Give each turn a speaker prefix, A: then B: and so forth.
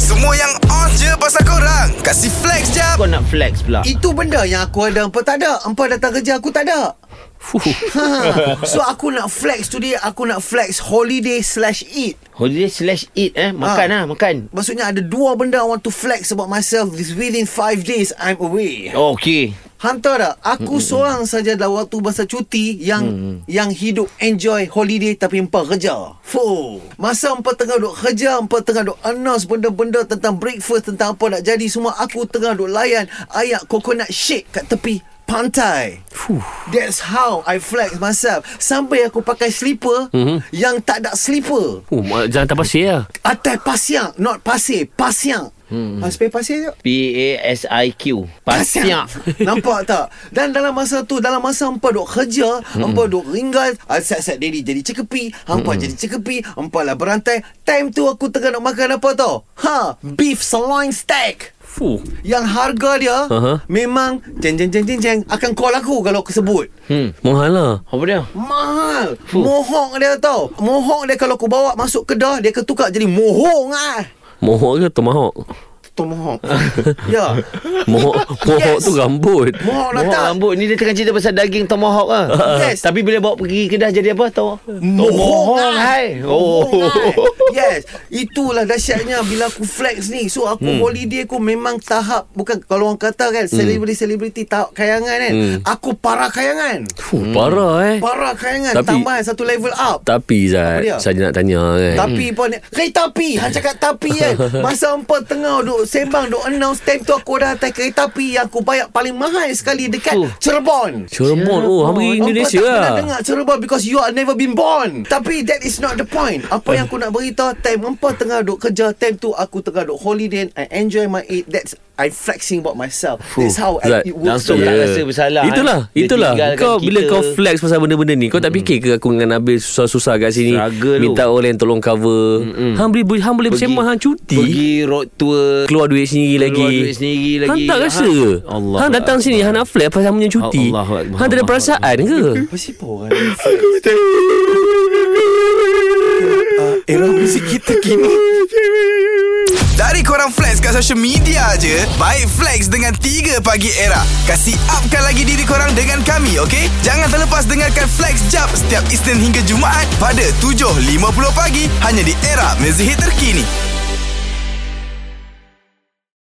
A: Semua yang on je pasal korang Kasih flex jap
B: Kau nak flex pula
C: Itu benda yang aku ada Empa tak ada Empa datang kerja aku tak ada
B: Fuh.
C: ha. So aku nak flex today Aku nak flex holiday slash eat
B: Holiday slash eat eh Makan
C: Ah.
B: lah Makan
C: Maksudnya ada dua benda I want to flex about myself This within 5 days I'm away
B: Oh okay
C: Hantar tak Aku mm-hmm. seorang saja dalam waktu masa cuti Yang mm-hmm. yang hidup enjoy holiday Tapi empat kerja Fuh Masa empat tengah duk kerja Empat tengah duk announce benda-benda Tentang breakfast Tentang apa nak jadi Semua aku tengah duk layan Ayak coconut shake kat tepi pantai Fuh. That's how I flex myself Sampai aku pakai slipper
D: Mhm.
C: mm-hmm. Yang tak ada slipper
D: Oh, ma- jalan tak pasir
B: ya.
D: lah.
C: Atai pasiang Not pasir Pasiang hmm. Ha, spell pasir je
B: P-A-S-I-Q Pasiak
C: Nampak tak Dan dalam masa tu Dalam masa hampa duk kerja
D: Hmm.
C: Hampa duk ringgal ah, Set-set daddy jadi cekepi Hampa jadi cekepi Hampa lah berantai Time tu aku tengah nak makan apa tau Ha Beef sirloin steak
D: Fuh.
C: yang harga dia
D: Aha.
C: uh-huh. memang jeng jeng jeng jeng jeng akan call aku kalau aku sebut.
B: Hmm
D: Mahal lah.
B: Apa dia?
C: Mahal. Mohong dia tau. Mohong dia kalau aku bawa masuk kedah dia akan tukar jadi mohong ah.
D: Mohok ke tomahawk?
C: Tomahawk. ya.
D: Mohok, mohok tu rambut.
C: Mohong lah
B: Mohawk
C: tak.
B: rambut Ni dia tengah cerita pasal daging tomahawk lah
C: Yes.
B: Tapi bila bawa pergi kedah jadi apa tau?
C: Mohongai.
B: hai Oh
C: Mohongai. ah. Yes Itulah dahsyatnya Bila aku flex ni So aku hmm. holiday aku memang tahap Bukan kalau orang kata kan Selebriti-selebriti tahap kayangan kan hmm. Aku para kayangan
D: Fuh, parah eh.
C: Para kayangan
D: Tapi-
C: Tambahan satu level up
D: Tapi
C: dia?
D: Zat, saya nak tanya kan.
C: tapi pun Kereta api Han cakap tapi kan Masa empat tengah Duk sembang Duk announce Time tu aku dah atas kereta api Yang aku bayar paling mahal sekali Dekat
B: Oh.
C: Cirebon
D: Cirebon, oh, hampiri Indonesia
C: Engkau tak
D: lah.
C: pernah dengar Cirebon because you are never been born. Tapi that is not the point. Apa yang aku nak beritahu, time empat tengah duk kerja, time tu aku tengah duk holiday, and I enjoy my eat. That's I flexing about myself. That's how I,
D: Zat,
C: it works.
B: langsung
C: Yeah.
B: tak rasa bersalah, eh.
D: Itulah
B: Dia
D: Itulah
B: tinggalkan
D: Kau bila
B: kita.
D: kau flex Pasal benda-benda ni Kau tak fikir ke Aku dengan Nabil Susah-susah kat sini
B: Struggle
D: Minta orang yang tolong cover Hang boleh Hang boleh
B: Pergi-
D: bersembang Hang cuti
B: Pergi road tour
D: Keluar duit sendiri lagi
B: Keluar duit sendiri lagi.
D: Hang tak
B: Hang-
D: rasa ke?
B: Allah
D: Hang datang sini
B: Akbar.
D: Hang nak flex Pasal hang punya cuti
B: Allah Akbar.
D: Hang tak ada
B: Allah
D: perasaan ke?
C: Apa sih pun orang ni? Uh, era muzik kita kini.
A: Dari korang flex kat social media je Baik flex dengan 3 pagi era Kasih upkan lagi diri korang dengan kami okay? Jangan terlepas dengarkan flex jap Setiap Isnin hingga Jumaat Pada 7.50 pagi Hanya di era mezihit terkini